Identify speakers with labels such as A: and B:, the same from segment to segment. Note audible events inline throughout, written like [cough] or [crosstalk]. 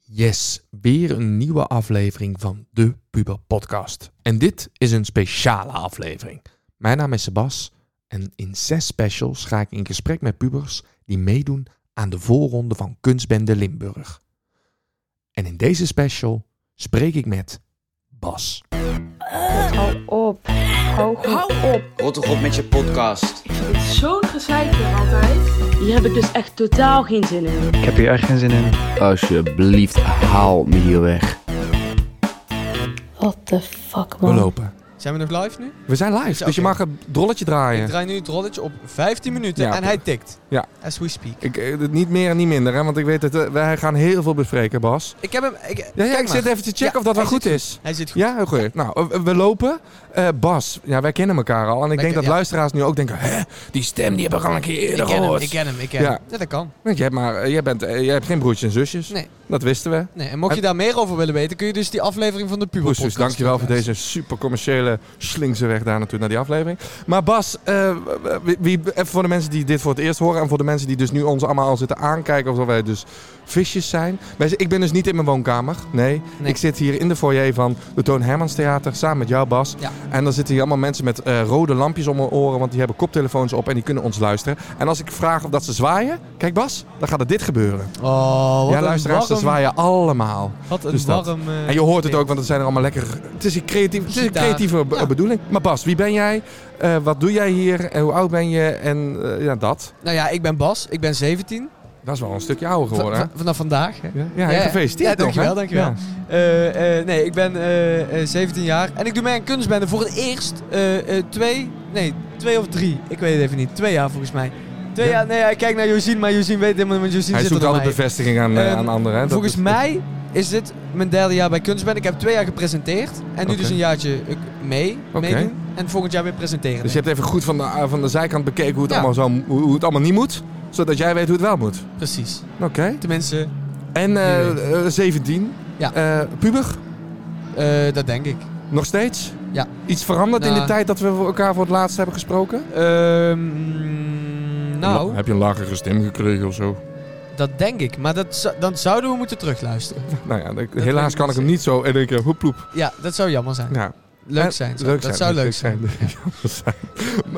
A: Yes, weer een nieuwe aflevering van de Puber Podcast. En dit is een speciale aflevering. Mijn naam is Sebas en in zes specials ga ik in gesprek met pubers die meedoen aan de voorronde van Kunstbende Limburg. En in deze special spreek ik met Bas.
B: Hou op. Hou goed op.
C: Rot toch op met je podcast.
D: Het is zo'n gezeik hier altijd.
B: Hier heb ik dus echt totaal geen zin in.
E: Ik heb hier echt geen zin in.
C: Alsjeblieft, haal me hier weg.
B: What the fuck,
A: We lopen.
F: Zijn we nog live nu?
A: We zijn live,
F: Oké.
A: dus je mag een drolletje
F: Ik
A: draaien.
F: draai nu het rolletje op 15 minuten
A: Ja,
F: en
A: oké.
F: hij tikt.
A: Ja.
F: As we speak.
A: Ik, eh, niet meer en niet minder, hè, want ik weet dat eh, wij gaan heel veel bespreken, Bas.
F: Ik heb hem... Ik,
A: Ja, ja
F: kijk
A: ik
F: maar.
A: zit even te checken
F: Ja,
A: of dat wel
F: hij
A: goed
F: zit
A: is.
F: Hij zit goed.
A: Ja, heel goed. Nou, eh, we lopen. Eh, Bas, ja, wij kennen elkaar al. En ik denk
F: ken-
A: dat
F: ja.
A: luisteraars nu ook denken... Hè, die stem die heb ik al een keer
F: ik
A: eerder
F: ken hem,
A: gehoord.
F: ik ken hem, ik ken
A: Ja.
F: hem. Ja, dat kan.
A: Want jij, hebt maar, eh, jij, bent, eh, jij hebt geen broertjes en zusjes.
F: Nee.
A: Dat wisten we.
F: Nee, en mocht je
A: En-
F: daar meer over willen weten, kun je dus die aflevering van de Puber
A: Poes,
F: podcast
A: dus dankjewel voor
F: terugluisteren.
A: deze super commerciële slinkse weg daar naartoe naar die aflevering. Maar Bas, eh, wie, wie- even voor de mensen die dit voor het eerst horen en voor de mensen die dus nu ons allemaal al zitten aankijken alsof wij dus visjes zijn. Wij z- ik ben dus niet in mijn woonkamer, nee.
F: Nee.
A: Ik zit hier in de foyer van de Toon Hermans Theater samen met jou Bas.
F: Ja.
A: En dan zitten hier allemaal mensen met eh, rode lampjes om hun oren, want die hebben koptelefoons op en die kunnen ons luisteren. En als ik vraag of dat ze zwaaien, kijk Bas, dan gaat er dit gebeuren.
F: Oh, wat
A: ja,
F: een
A: luisteraars, ze
F: warm,
A: zwaaien allemaal.
F: Wat een
A: Dus dat.
F: warm... eh,
A: En je hoort het ook, want het zijn er allemaal lekker. Het is een, creatief, het is een
F: Gitaar.
A: creatieve be-
F: Ja.
A: bedoeling. Maar Bas, wie ben jij? Eh, wat doe jij hier? En hoe oud ben je? En eh, ja, dat.
F: Nou ja, ik ben Bas, ik ben 17.
A: Dat is wel een stukje ouder
F: Va-
A: geworden. hè?
F: va- vanaf vandaag. hè.
A: Ja, ja, en
F: Ja, ja.
A: gefeliciteerd.
F: Ja,
A: nog, hè?
F: dankjewel, dankjewel. Eh, eh, nee, ik ben eh, eh, 17 jaar en ik doe mee aan kunstbende voor het eerst eh, eh, twee, nee, twee of drie. Ik weet het even niet. Twee jaar volgens mij. Twee
A: Ja.
F: jaar, nee, ik kijk naar Josien, maar Josien weet helemaal niet, want Josien
A: Hij
F: zit
A: zoekt
F: er dan
A: altijd
F: bij.
A: bevestiging aan, eh,
F: Ehm,
A: aan anderen. hè? Dat
F: Volgens
A: is-
F: mij is dit mijn derde jaar bij kunstbende. Ik heb twee jaar gepresenteerd en nu
A: Oké.
F: dus een jaartje eh, mee,
A: Oké.
F: meedoen en volgend jaar weer presenteren.
A: Dus je hebt even goed van de, eh, van de zijkant bekeken hoe het,
F: Ja.
A: allemaal zo, hoe, hoe het allemaal niet moet. Zodat jij weet hoe het wel moet.
F: Precies.
A: Oké.
F: Tenminste,
A: En eh, eh, 17.
F: Ja.
A: Eh, puber?
F: eh, dat denk ik.
A: Nog steeds?
F: Ja.
A: Iets veranderd in
F: Nou.
A: de tijd dat we elkaar voor het laatst hebben gesproken?
F: Ehm, nou,
A: Heb je een lagere stem gekregen of zo?
F: dat denk ik. Maar dat, zou- dan zouden we moeten terugluisteren.
A: Nou ja, ik-
F: Dat weet
A: helaas
F: ik
A: kan ik
F: niet
A: hem niet zo in één keer hoep ploep.
F: Ja, dat zou jammer zijn.
A: Ja.
F: Leuk
A: Eh,
F: zijn. zou- dat zou leuk zijn.
A: [laughs] Leuk zijn.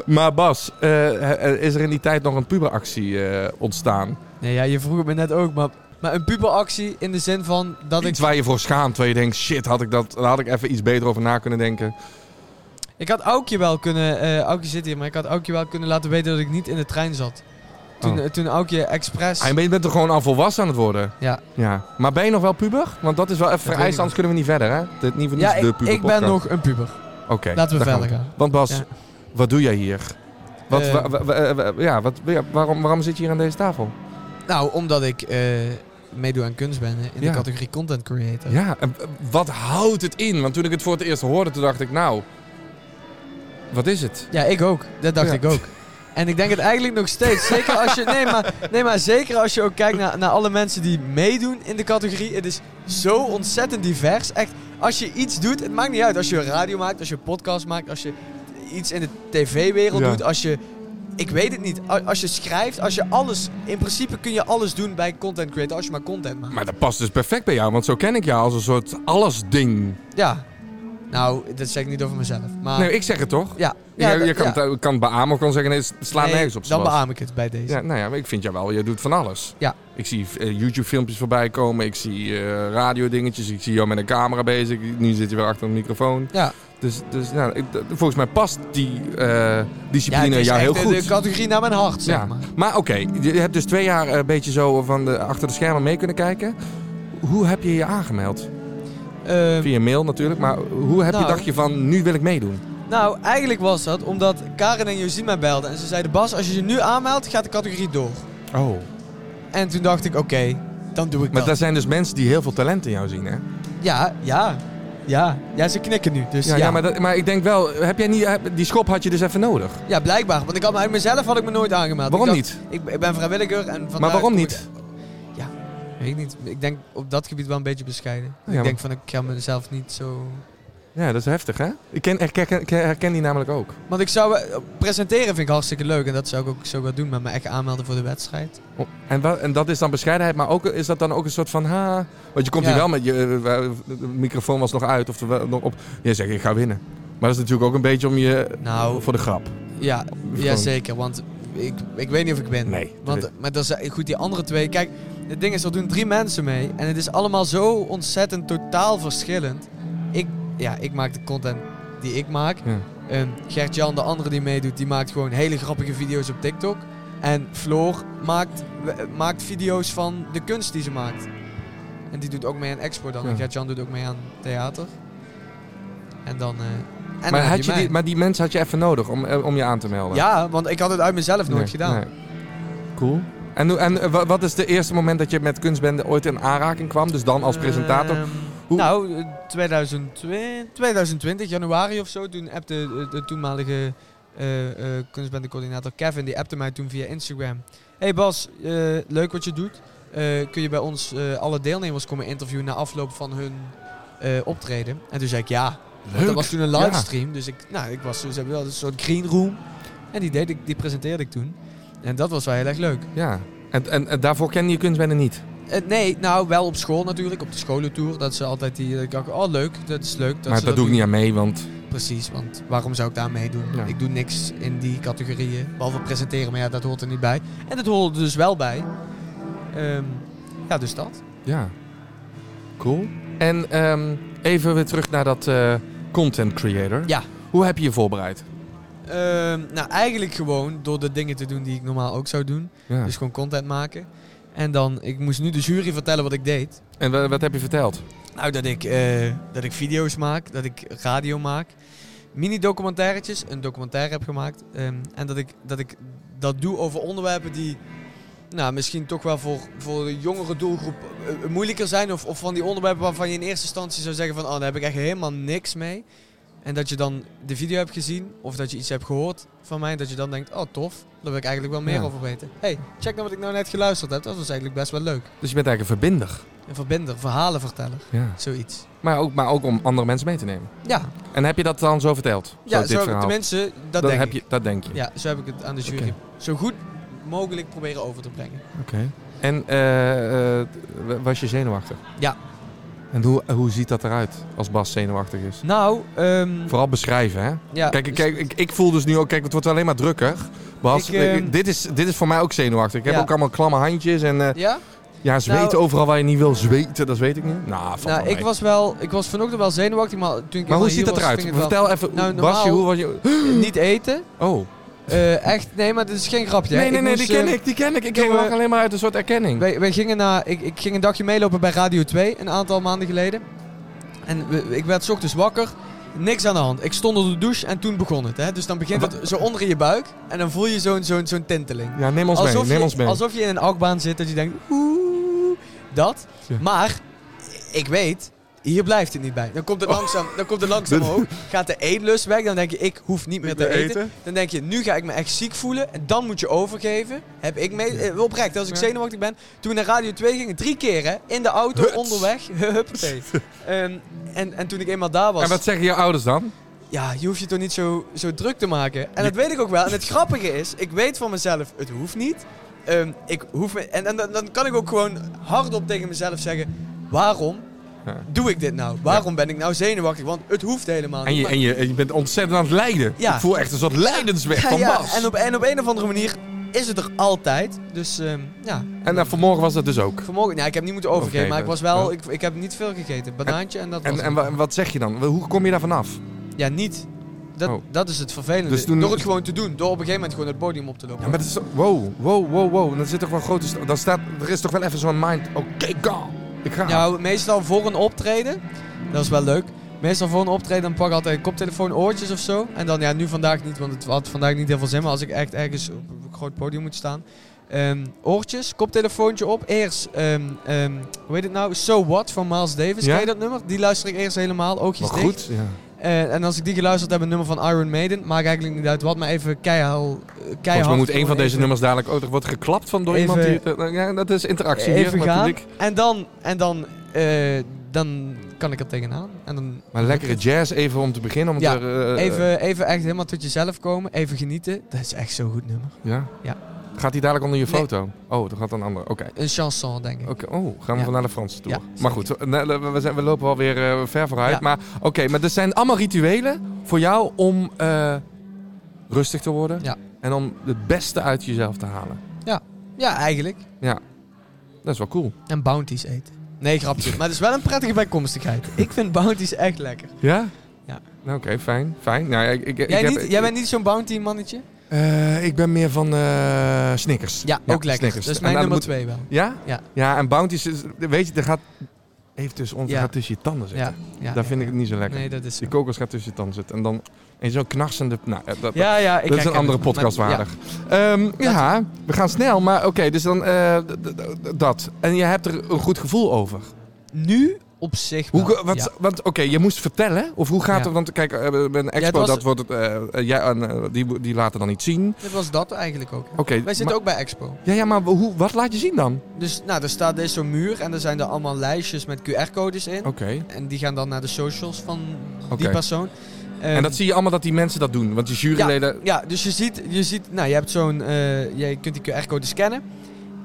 A: maar Bas, eh, eh, is er in die tijd nog een puberactie eh, ontstaan?
F: Nee, ja, je vroeg het me net ook, maar, maar een puberactie in de zin van dat ik...
A: Iets waar je voor schaamt, waar je denkt, shit, had ik dat, daar had ik even iets beter over na kunnen denken.
F: Ik had Aukje wel kunnen... eh Aukje zit hier, maar ik had Aukje wel kunnen laten weten dat ik niet in de trein zat. Toen,
A: Oh.
F: eh, toen Aukje expres...
A: Ah, je bent- je bent er gewoon al volwassen aan het worden.
F: Ja.
A: ja. Maar ben je nog wel puber? Want dat is wel even
F: weet
A: vereist,
F: ik
A: anders kunnen we niet verder, hè? Dit niet voor
F: ja,
A: niets dus de
F: ik,
A: puber
F: ik ben nog een puber.
A: Oké.
F: Laten we
A: daar gaan
F: verder gaan.
A: Want Bas,
F: Ja.
A: wat doe jij hier? Wat,
F: Eh.
A: wa- wa- wa- wa- ja, wat, ja, waarom, waarom zit je hier aan deze tafel?
F: Nou, omdat ik eh, meedoe aan kunst ben eh, in
A: Ja.
F: de categorie content creator.
A: Ja, en eh, wat houdt het in? Want toen ik het voor het eerst hoorde, toen dacht ik, nou, wat is het?
F: Ja, ik ook. Dat dacht
A: Ja.
F: ik ook. En ik denk het eigenlijk nog steeds. Zeker als je. Nee, maar, nee, maar zeker als je ook kijkt naar, naar alle mensen die meedoen in de categorie. Het is zo ontzettend divers. Echt, als je iets doet, het maakt niet uit. Als je radio maakt, als je podcast maakt, als je iets in de tv-wereld
A: Ja.
F: doet, als je. Ik weet het niet. a- Als je schrijft, als je alles. In principe kun je alles doen bij content creator als je maar content maakt.
A: Maar dat past dus perfect bij jou, want zo ken ik jou als een soort allesding.
F: Ja. Nou, dat zeg ik niet over mezelf. Maar.
A: Nee, ik zeg het toch?
F: ja.
A: Ja, je
F: dat-
A: kan,
F: ja.
A: het, kan het beamen of kan zeggen, nee, het slaat
F: Nee,
A: nergens op.
F: Dan
A: Sebas.
F: beaam ik het bij deze.
A: Ja, nou ja, maar ik vind jou wel, je doet van alles.
F: Ja.
A: Ik zie eh, YouTube-filmpjes voorbij komen, ik zie eh radiodingetjes, ik zie jou met een camera bezig. Nu zit je weer achter een microfoon.
F: Ja.
A: Dus, dus ja, ik- d- volgens mij past die eh,
F: Ja, het
A: discipline
F: is
A: jou heel
F: echt
A: goed.
F: de- de categorie naar mijn hart, zeg
A: Ja,
F: maar.
A: maar oké, je hebt dus twee jaar eh, een beetje zo van de, achter de schermen mee kunnen kijken. Hoe heb je je aangemeld?
F: Ehm,
A: Via mail natuurlijk, maar hoe heb je
F: Nou.
A: dacht je van nu wil ik meedoen?
F: nou, eigenlijk was dat omdat Karen en Josien mij belden. En ze zeiden, Bas, als je je nu aanmeldt, gaat de categorie door.
A: Oh.
F: En toen dacht ik, oké, dan doe ik
A: Maar
F: dat.
A: daar zijn dus mensen die heel veel talent in jou zien, hè?
F: Ja, ja, ja. Ja, ze knikken nu, dus
A: Ja,
F: ja.
A: ja. maar, dat, maar ik denk wel, heb jij niet, heb- die schop had je dus even nodig.
F: Ja, blijkbaar. Want ik had me, uit mezelf had ik me nooit aangemeld.
A: Waarom
F: Ik dacht,
A: niet?
F: Ik, ik ben vrijwilliger en vandaar
A: Maar waarom
F: kom
A: niet?
F: Ik, ja, weet ik niet. Ik denk op dat gebied wel een beetje bescheiden.
A: Ja,
F: ik
A: maar-
F: denk van, ik ga mezelf niet zo...
A: Ja, dat is heftig, hè? Ik, ken, herken, ik herken die namelijk ook.
F: Want ik zou... eh, Presenteren vind ik hartstikke leuk. En dat zou ik ook zo wel doen. Maar me echt aanmelden voor de wedstrijd.
A: Oh, En, wa- en dat is dan bescheidenheid, maar ook, is dat dan ook een soort van ha? Want je komt
F: Ja.
A: hier wel met je eh, eh, de microfoon was nog uit of er wel nog op. Je zegt ik ga winnen. Maar dat is natuurlijk ook een beetje om je
F: Nou,
A: voor de grap.
F: Ja, ja
A: Gewoon-
F: zeker. Want ik, ik weet niet of ik win.
A: Nee.
F: Want, maar dat is, eh, goed, die andere twee. Kijk, het ding is, er doen drie mensen mee. En het is allemaal zo ontzettend totaal verschillend. Ik, ja, ik maak de content die ik maak.
A: Ja.
F: Ehm, Gert-Jan, de andere die meedoet, die maakt gewoon hele grappige video's op TikTok. En Floor maakt, we- eh, maakt video's van de kunst die ze maakt. En die doet ook mee aan Expo dan.
A: Ja.
F: En Gert-Jan doet ook mee aan theater. En dan... eh, en dan
A: maar,
F: heb
A: had je
F: mij.
A: die, maar die mensen had je even nodig om, eh, om je aan te melden.
F: Ja, want ik had het uit mezelf nooit
A: Nee,
F: gedaan.
A: nee. Cool. En, hoe- en eh, wa- wat is de eerste moment dat je met kunstbende ooit in aanraking kwam? Dus dan als presentator?
F: Ehm,
A: Hoe-
F: Nou, eh, 2020, 2020, januari of zo, toen appte eh, de toenmalige eh eh kunstbendecoördinator Kevin, die appte mij toen via Instagram. Hey Bas, eh, leuk wat je doet. Eh, kun je bij ons eh, alle deelnemers komen interviewen na afloop van hun eh, optreden? En toen zei ik ja. Want dat was toen een
A: ja.
F: livestream, dus ik, nou, ik was, toen- ze hebben wel een soort green room. En die, deed ik, die presenteerde ik toen. En dat was wel heel erg leuk.
A: Ja. En, en, en daarvoor kende je kunstbende niet?
F: Eh, nee, nou wel op school natuurlijk, op de scholentour. Dat ze altijd die. Dat ik dacht, oh leuk, dat is leuk. Dat
A: maar
F: ze
A: dat doe ik
F: doen.
A: niet aan mee, want...
F: Precies, want waarom zou ik daar meedoen?
A: Ja.
F: Ik doe niks in die categorieën. Behalve presenteren, maar ja, dat hoort er niet bij. En dat hoort er dus wel bij. Ehm, ja, dus dat.
A: Ja. Cool. En ehm, even weer terug naar dat eh, content creator.
F: Ja.
A: Hoe heb je je voorbereid?
F: Ehm, nou, eigenlijk gewoon door de dingen te doen die ik normaal ook zou doen.
A: Ja.
F: Dus gewoon content maken. En dan, ik moest nu de jury vertellen wat ik deed.
A: En wa- wat heb je verteld?
F: Nou, dat ik, eh, dat ik video's maak, dat ik radio maak. Mini-documentairetjes, een documentaire heb gemaakt. ehm, en dat ik, dat ik dat doe over onderwerpen die nou, misschien toch wel voor, voor de jongere doelgroep eh, moeilijker zijn. Of, of van die onderwerpen waarvan je in eerste instantie zou zeggen van... Oh, daar heb ik echt helemaal niks mee. En dat je dan de video hebt gezien of dat je iets hebt gehoord van mij. Dat je dan denkt, oh tof, daar wil ik eigenlijk wel meer
A: Ja.
F: over weten. hey, check nou wat ik nou net geluisterd heb. Dat was eigenlijk best wel leuk.
A: Dus je bent eigenlijk een verbinder.
F: Een verbinder, verhalenverteller,
A: Ja.
F: zoiets.
A: Maar ook, maar ook om andere mensen mee te nemen.
F: Ja,
A: En heb je dat dan zo verteld? Zo
F: ja
A: dit
F: zo,
A: verhaal?
F: tenminste, dat
A: Dan
F: denk
A: heb
F: ik.
A: Je, dat denk je.
F: Ja, zo heb ik het aan de jury
A: Oké.
F: zo goed mogelijk proberen over te brengen.
A: En eh, eh, w- was je zenuwachtig?
F: Ja.
A: En hoe, hoe ziet dat eruit als Bas zenuwachtig is?
F: Nou, ehm,
A: Vooral beschrijven, hè?
F: ja,
A: Kijk,
F: dus-
A: kijk ik, ik voel dus nu ook, kijk, het wordt alleen maar drukker. Bas,
F: Ik, ehm,
A: ik- dit, is, dit is voor mij ook zenuwachtig. Ik heb
F: Ja.
A: ook allemaal klamme handjes en eh,
F: Dus- Ja?
A: ja, zweten
F: Nou-
A: overal waar je niet wil zweten, dat weet ik niet. Nou, valt wel
F: Nou, ik
A: mee.
F: was wel, ik was vanochtend wel zenuwachtig, maar toen ik
A: Maar
F: helemaal
A: hoe
F: hier
A: ziet dat
F: was,
A: eruit?
F: ging het wel-
A: Vertel even,
F: Nou,
A: Basje, hoe was je...
F: Niet eten,
A: Oh,
F: Eh, echt, nee, maar dit is geen grapje. hè.
A: nee, nee, nee, die
F: moest,
A: ken
F: eh,
A: ik, die ken ik. Ik
F: toen
A: ken
F: we-
A: alleen maar uit een soort erkenning.
F: Wij, wij gingen naar, ik, ik ging een dagje meelopen bij Radio 2 een aantal maanden geleden. En we- ik werd 's ochtends wakker. Niks aan de hand. Ik stond onder de douche en toen begon het. Hè? Dus dan begint het zo onder in je buik. En dan voel je zo'n zo'n zo'n tinteling.
A: Ja, neem ons mee,
F: alsof,
A: neem
F: je,
A: ons mee.
F: alsof je in een achtbaan zit dat je denkt, oeh, dat.
A: Ja.
F: Maar, ik weet, hier blijft het niet bij. Dan komt het
A: Oh.
F: langzaam, dan komt het
A: [laughs]
F: langzaam
A: Dit-
F: omhoog. Gaat de eetlust weg, dan denk je, ik hoef niet meer te eten. Dan denk je, nu ga ik me echt ziek voelen. En dan moet je overgeven. Heb ik mee, eh, oprecht, als ik
A: Ja.
F: zenuwachtig ben. Toen we naar Radio 2 gingen, drie keer hè, in de auto,
A: Huts.
F: onderweg. [laughs] Huppatee. Ehm, en, en toen ik eenmaal daar was
A: En wat zeggen je ouders dan?
F: ja, je hoeft je toch niet zo, zo druk te maken. En dat weet ik ook wel. En het [laughs] grappige is, ik weet van mezelf, het hoeft niet. Ehm, ik hoef me, en en dan, dan kan ik ook gewoon hardop tegen mezelf zeggen, waarom
A: Ja.
F: doe ik dit nou? Waarom ben ik nou zenuwachtig? Want het hoeft helemaal
A: En
F: niet.
A: je,
F: Maar-
A: en je, en je bent ontzettend aan het lijden.
F: Nou, Ja.
A: Ik voel echt een soort lijdensweg
F: Ja, [laughs]
A: van
F: ja,
A: Bas.
F: en, op, en op een of andere manier is het er altijd. Dus ehm, ja,
A: En dan vanmorgen was dat dus ook.
F: vanmorgen, nou, ik heb niet moeten overgeven,
A: Overgeven.
F: maar ik was wel,
A: Ja.
F: ik, ik heb niet veel gegeten. Banaantje en, dat was
A: En,
F: het.
A: en wa- wat zeg je dan? Hoe kom je daar vanaf?
F: Ja, niet. Dat,
A: Oh.
F: dat is het vervelende.
A: Dus toen-
F: Door het gewoon te doen. Door op een gegeven moment gewoon het podium op te lopen.
A: Ja, maar dat is toch- Wow, wow, wow, wow. Dan zit toch wel een grote... sta- Dan staat... Er is toch wel even zo'n mind... Oké, go. Ik ga.
F: [laughs] Nou, meestal voor een optreden. Dat is wel leuk. Meestal voor een optreden dan pak ik altijd koptelefoon, oortjes of zo. En dan ja, nu vandaag niet, want het had vandaag niet heel veel zin. Maar als ik echt ergens op een groot podium moet staan. Ehm, oortjes, koptelefoontje op. Eerst, ehm, ehm, hoe heet het nou? So What van Miles Davis.
A: Ja?
F: Ken je dat nummer? Die luister ik eerst helemaal, oogjes
A: maar
F: dicht.
A: goed. Ja.
F: Eh, en als ik die geluisterd heb, een nummer van Iron Maiden. Maakt eigenlijk niet uit wat, maar even eh, keihard.
A: Volgens mij moet een van deze
F: nummers.
A: nummers dadelijk ook... Er wordt geklapt van door
F: Even-
A: Nou iemand die... het- Ja, dat is interactie hier
F: Even
A: met het
F: gaan.
A: publiek.
F: En dan, en dan eh, dan kan ik er tegenaan. En dan
A: Maar lekkere jazz even om te beginnen. Om
F: Ja,
A: te, eh, eh,
F: even, even echt helemaal tot jezelf komen. Even genieten. Dat is echt zo'n goed nummer.
A: ja?
F: ja.
A: Gaat die dadelijk onder je
F: Nee.
A: foto? Oh, dan gaat een ander. Oké.
F: Een chanson, denk ik.
A: Oké, oh, gaan we
F: Ja.
A: naar de Franse tour.
F: Ja,
A: maar goed, we, we- we zijn, we lopen alweer eh, ver vooruit.
F: Ja.
A: Maar oké, maar er zijn allemaal rituelen voor jou om eh, rustig te worden.
F: Ja.
A: En om het beste uit jezelf te halen.
F: Ja, eigenlijk.
A: Dat is wel cool.
F: En bounties eten. Nee, grapje. maar het is wel een prettige
A: [laughs]
F: bijkomstigheid. Ik vind bounties echt lekker.
A: Ja?
F: Ja.
A: Nou, oké, fijn, fijn. Nou, ik, ik,
F: Jij,
A: ik
F: niet, jij bent niet zo'n bounty mannetje?
A: Eh, ik ben meer van eh, Snickers.
F: Ja, ook lekker.
A: Snickers.
F: Dat is
A: En
F: mijn
A: dan
F: nummer
A: moet-
F: twee wel.
A: Ja?
F: Ja.
A: Ja, en bounties, is- weet je, dat gaat even tussen, ons,
F: Ja.
A: gaat tussen je tanden zitten.
F: Ja, ja,
A: Daar
F: ja,
A: vind ik
F: ja.
A: het niet zo lekker.
F: Nee, dat is zo.
A: Die kokos gaat tussen je tanden zitten. En dan en zo'n knarsende... Nou, eh, dat,
F: Ja, ja. Ik
A: dat is een
F: herken
A: andere
F: het. Maar-
A: podcast
F: ja.
A: waardig. Ja. ja, we gaan snel, maar oké, dus dan eh, d- d- d- dat. En je hebt er een goed gevoel over.
F: Nu op zich
A: Hoe,
F: wel,
A: ge- wat,
F: ja.
A: want oké, je moest vertellen, of hoe gaat
F: Ja.
A: het? Want kijk, eh, bij een expo,
F: was-
A: dat wordt het, eh, eh, ja, en, eh, die, die laten dan iets zien.
F: Dit was dat eigenlijk ook.
A: Oké,
F: Wij zitten
A: maar-
F: ook bij Expo.
A: Ja, ja, maar hoe, wat laat je zien dan?
F: Dus nou, er staat deze zo'n muur en er zijn er allemaal lijstjes met QR-codes in.
A: Oké.
F: En die gaan dan naar de socials van
A: Oké.
F: die persoon. Ehm,
A: En dat zie je allemaal dat die mensen dat doen, want die juryleden...
F: Ja, dus je ziet, je ziet nou, je hebt zo'n, eh, je kunt die QR-code scannen.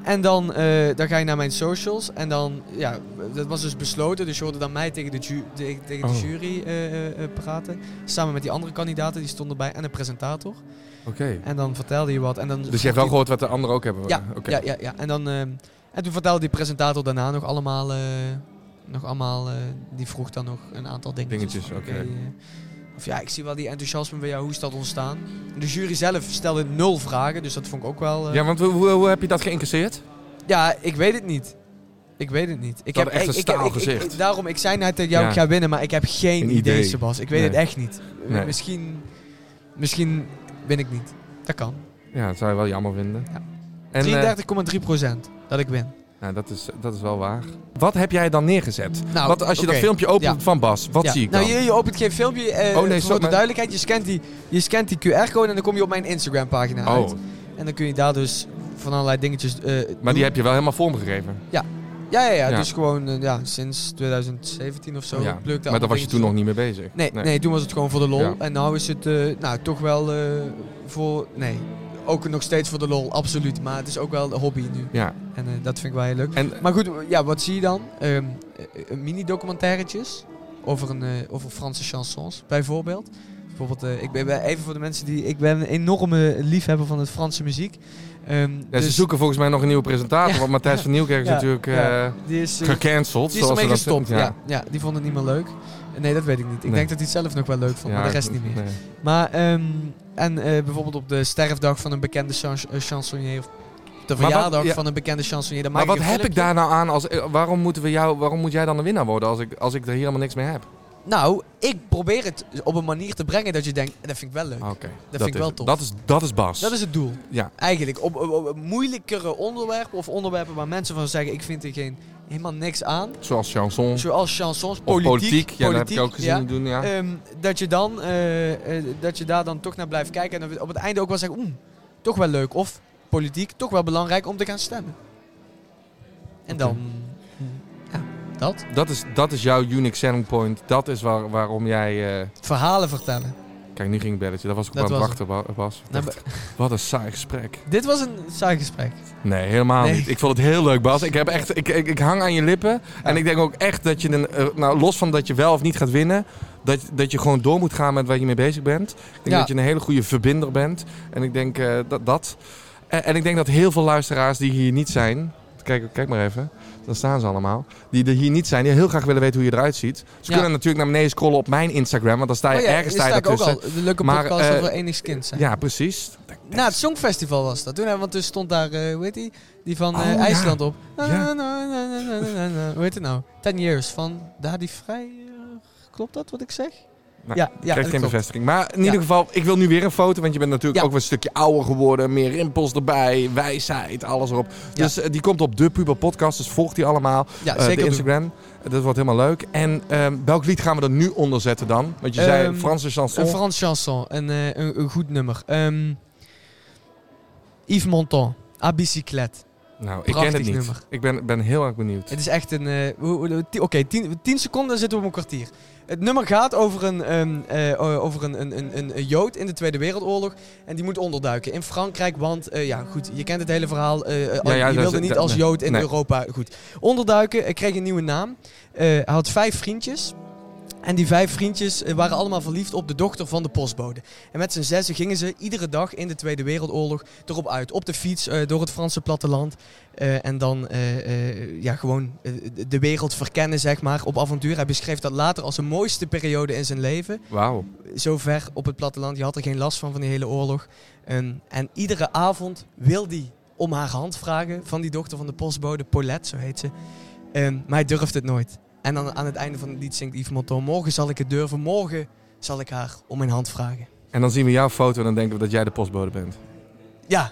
F: En dan, eh, dan ga je naar mijn socials. En dan, ja, dat was dus besloten. Dus je hoorde dan mij tegen de, ju- de- tegen de
A: Oh.
F: jury eh, eh, eh, praten. Samen met die andere kandidaten, die stonden erbij. En een presentator.
A: Oké.
F: En dan vertelde je wat. En dan
A: Dus je hebt wel gehoord wat de anderen ook hebben. eh,
F: Ja,
A: Oké.
F: ja, ja, ja. En, dan, ehm, en toen vertelde die presentator daarna nog allemaal, eh, nog allemaal eh, die vroeg dan nog een aantal dingetjes.
A: Dingetjes,
F: Van,
A: oké.
F: eh, of ja, ik zie wel die enthousiasme bij jou, hoe is dat ontstaan? De jury zelf stelde nul vragen, dus dat vond ik ook wel... eh, ja.
A: Ja, want hoe, hoe, hoe heb je dat geïncasseerd?
F: ik weet het niet. Ik weet het niet. Ik
A: hadden
F: heb
A: echt een
F: ik- ik-
A: staal
F: ik- ik-
A: gezicht.
F: ik- daarom, ik zei net tegen jou,
A: Ja.
F: ik ga winnen, maar ik heb geen
A: Geen
F: idee,
A: idee.
F: Sebas. Ik weet
A: Nee.
F: het echt niet. Eh,
A: Nee.
F: Misschien, misschien win ik niet. Dat kan.
A: Ja, dat zou je wel jammer vinden.
F: Ja.
A: En, eh,
F: 33,3 dat ik win.
A: nou, dat is, dat is wel waar. Wat heb jij dan neergezet?
F: Nou,
A: wat, als je
F: oké.
A: dat filmpje opent
F: Ja.
A: van Bas, wat
F: Ja.
A: zie ik
F: nou,
A: dan?
F: je, je opent geen filmpje. eh,
A: Oh, nee,
F: voor
A: zo-
F: de
A: maar-
F: duidelijkheid, je scant die, je scant die QR-code en dan kom je op mijn Instagram-pagina uit.
A: oh,
F: En dan kun je daar dus van allerlei dingetjes... eh,
A: maar
F: doen.
A: die heb je wel helemaal vormgegeven.
F: Ja, ja, ja,
A: Ja.
F: Dus gewoon eh, ja, sinds 2017 of zo.
A: ja.
F: pluk daar
A: Maar daar
F: allemaal
A: was je toen
F: dingetjes
A: nog niet mee bezig.
F: op. Nee, nee. toen was het gewoon voor de lol.
A: Ja.
F: En nou is het eh, nou, toch wel eh, voor... Nee, ook nog steeds voor de lol, absoluut. Maar het is ook wel een hobby nu.
A: Ja.
F: En eh, dat vind ik wel heel leuk.
A: En,
F: Maar goed, ja, wat zie je dan? Ehm, eh, eh, mini-documentairetjes over, een, eh, over Franse chansons, bijvoorbeeld. Bijvoorbeeld, eh, ik ben ben- even voor de mensen die... Ik ben een enorme liefhebber van het Franse muziek. Ehm,
A: ja, ze
F: dus
A: zoeken volgens mij nog een nieuwe presentator,
F: Ja.
A: want Matthijs van Nieuwkerk is
F: Ja.
A: natuurlijk eh,
F: Ja. Die is, eh,
A: gecanceld.
F: die is
A: zoals
F: ermee
A: ze dat
F: gestopt, ja.
A: zeggen.
F: Ja. die vond het niet meer leuk. Eh, Nee, dat weet ik niet. Ik
A: Nee.
F: denk dat hij het zelf nog wel leuk vond,
A: Ja,
F: maar de rest niet meer.
A: nee.
F: Maar, ehm, en eh, bijvoorbeeld op de sterfdag van een bekende chans eh, chansonnier... Of de
A: Maar wat-
F: verjaardag
A: ja.
F: van een bekende chansonnier... dan
A: Maar
F: maak
A: wat heb
F: een
A: ik daar nou aan? Als, eh, waarom, moeten we jou, waarom moet jij dan de winnaar worden als ik, als ik er hier helemaal niks mee heb?
F: Nou, ik probeer het op een manier te brengen dat je denkt, dat vind ik wel leuk.
A: Oké.
F: vind ik
A: is
F: wel
A: het.
F: tof.
A: Dat is, dat is Bas.
F: Dat is het doel.
A: Ah, Ja.
F: Eigenlijk, op, op, op moeilijkere onderwerpen of onderwerpen waar mensen van zeggen, ik vind er geen, helemaal niks aan.
A: Zoals chanson.
F: Zoals chansons,
A: Of
F: politiek.
A: politiek. Ja, dat heb ik
F: politiek,
A: ook gezien
F: ja.
A: doen, ja.
F: Ehm, dat, je dan, eh, eh, dat je daar dan toch naar blijft kijken en op het einde ook wel zegt, oeh, toch wel leuk. Of politiek, toch wel belangrijk om te gaan stemmen. En
A: Oké.
F: dan, ja, dat.
A: dat, is, dat is jouw unique selling point. Dat is waar, waarom jij... eh,
F: Verhalen vertellen.
A: Kijk, nu ging het belletje. Dat was ik op
F: Dat
A: aan het
F: was
A: wachten, Ba- Bas.
F: Nou,
A: Echt, Wat een saai gesprek.
F: Dit was een saai gesprek.
A: Nee, helemaal
F: Nee.
A: niet. Ik vond het heel leuk, Bas. Ik, heb echt, ik, ik, ik hang aan je lippen. En ik denk ook echt dat je... Een, eh, nou, los van dat je wel of niet gaat winnen... Dat, dat je gewoon door moet gaan met waar je mee bezig bent. Ik denk
F: Ja.
A: dat je een hele goede verbinder bent. En ik denk eh, dat... dat. En, en ik denk dat heel veel luisteraars die hier niet zijn... Kijk, kijk maar even. Dan staan ze allemaal. Die er hier niet zijn. Die heel graag willen weten hoe je eruit ziet. Ze
F: Ja.
A: kunnen natuurlijk naar beneden scrollen op mijn Instagram. Want dan sta je
F: Oh ja,
A: ergens
F: hier
A: sta je
F: sta ik ook
A: daartussen.
F: al. De leuke
A: Maar,
F: podcast
A: eh,
F: over enigskind zijn.
A: Ja, precies.
F: Na het Songfestival was dat. Toen, hè, want toen stond daar, eh hoe heet die? Die van eh,
A: Oh, ja.
F: IJsland op.
A: Ja.
F: Na, na, na, na, na, na, na. Hoe heet het nou? Ten Years van Dadi Vrijer. eh, Klopt dat wat ik zeg?
A: Nou,
F: ja, ja,
A: krijgt
F: dat
A: geen
F: klopt.
A: bevestiging. Maar in
F: Ja.
A: ieder geval, ik wil nu weer een foto. Want je bent natuurlijk
F: Ja.
A: ook weer een stukje ouder geworden. Meer rimpels erbij, wijsheid, alles erop.
F: Ja.
A: Dus eh, die komt op de Puber Podcast. Dus volg die allemaal.
F: Ja,
A: Eh, de
F: zeker. doen.
A: Instagram. Eh, dat wordt helemaal leuk. En ehm, welk lied gaan we er nu onder zetten dan? Want je zei
F: Ehm,
A: Franse chanson.
F: Een Frans chanson. Een, eh, een, een goed nummer. Ehm Yves Montand. A bicyclette.
A: Nou, ik ken
F: Prachtig
A: het niet.
F: nummer.
A: Ik ben, ben heel erg benieuwd.
F: Het is echt een. eh, hoe- hoe- hoe- ti- Oké, tien, tien seconden zitten we op een kwartier. Het nummer gaat over een, ehm, eh, o- over een, een, een, een, een Jood in de Tweede Wereldoorlog. En die moet onderduiken in Frankrijk. Want eh, ja, goed, je kent het hele verhaal. eh, eh,
A: Ja, ja,
F: je
A: dat-
F: wilde niet
A: dat-
F: als
A: nee.
F: Jood in
A: Nee.
F: Europa. Goed. Onderduiken, eh, kreeg een nieuwe naam. Eh, hij had vijf vriendjes. En die vijf vriendjes eh, waren allemaal verliefd op de dochter van de postbode. En met z'n zessen gingen ze iedere dag in de Tweede Wereldoorlog erop uit. Op de fiets, eh, door het Franse platteland. Eh, en dan eh, eh, ja, gewoon eh, de wereld verkennen, zeg maar, op avontuur. Hij beschreef dat later als de mooiste periode in zijn leven.
A: Wauw.
F: Zo ver op het platteland, je had er geen last van, van die hele oorlog. En- en iedere avond wil hij om haar hand vragen van die dochter van de postbode, Paulette, zo heet ze. Ehm, maar hij durft het nooit. En dan aan het einde van het lied zingt Yves Montand... Morgen zal ik het durven, morgen zal ik haar om mijn hand vragen.
A: En dan zien we jouw foto en dan denken we dat jij de postbode bent. [laughs]
F: Ja,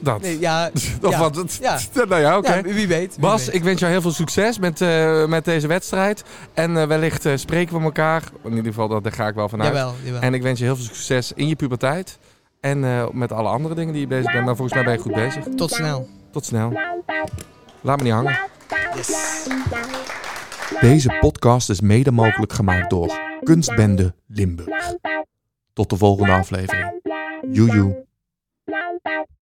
A: Dat.
F: nee, ja,
A: of
F: ja.
A: wat? het-
F: Ja.
A: [laughs] Nou ja, oké.
F: ja, wie weet. wie
A: Bas,
F: weet.
A: ik wens jou heel veel succes met, eh, met deze wedstrijd. En eh, wellicht eh, spreken we elkaar. In ieder geval, dat, daar ga ik wel vanuit.
F: Jawel, jawel.
A: nou. En ik wens je heel veel succes in je puberteit. En eh, met alle andere dingen die je bezig bent. Maar volgens mij ben je goed bezig.
F: Tot snel.
A: Tot snel. Laat me niet hangen.
F: Yes.
A: Deze podcast is mede mogelijk gemaakt door Kunstbende Limburg. Tot de volgende aflevering. Joejoe.
E: Bye.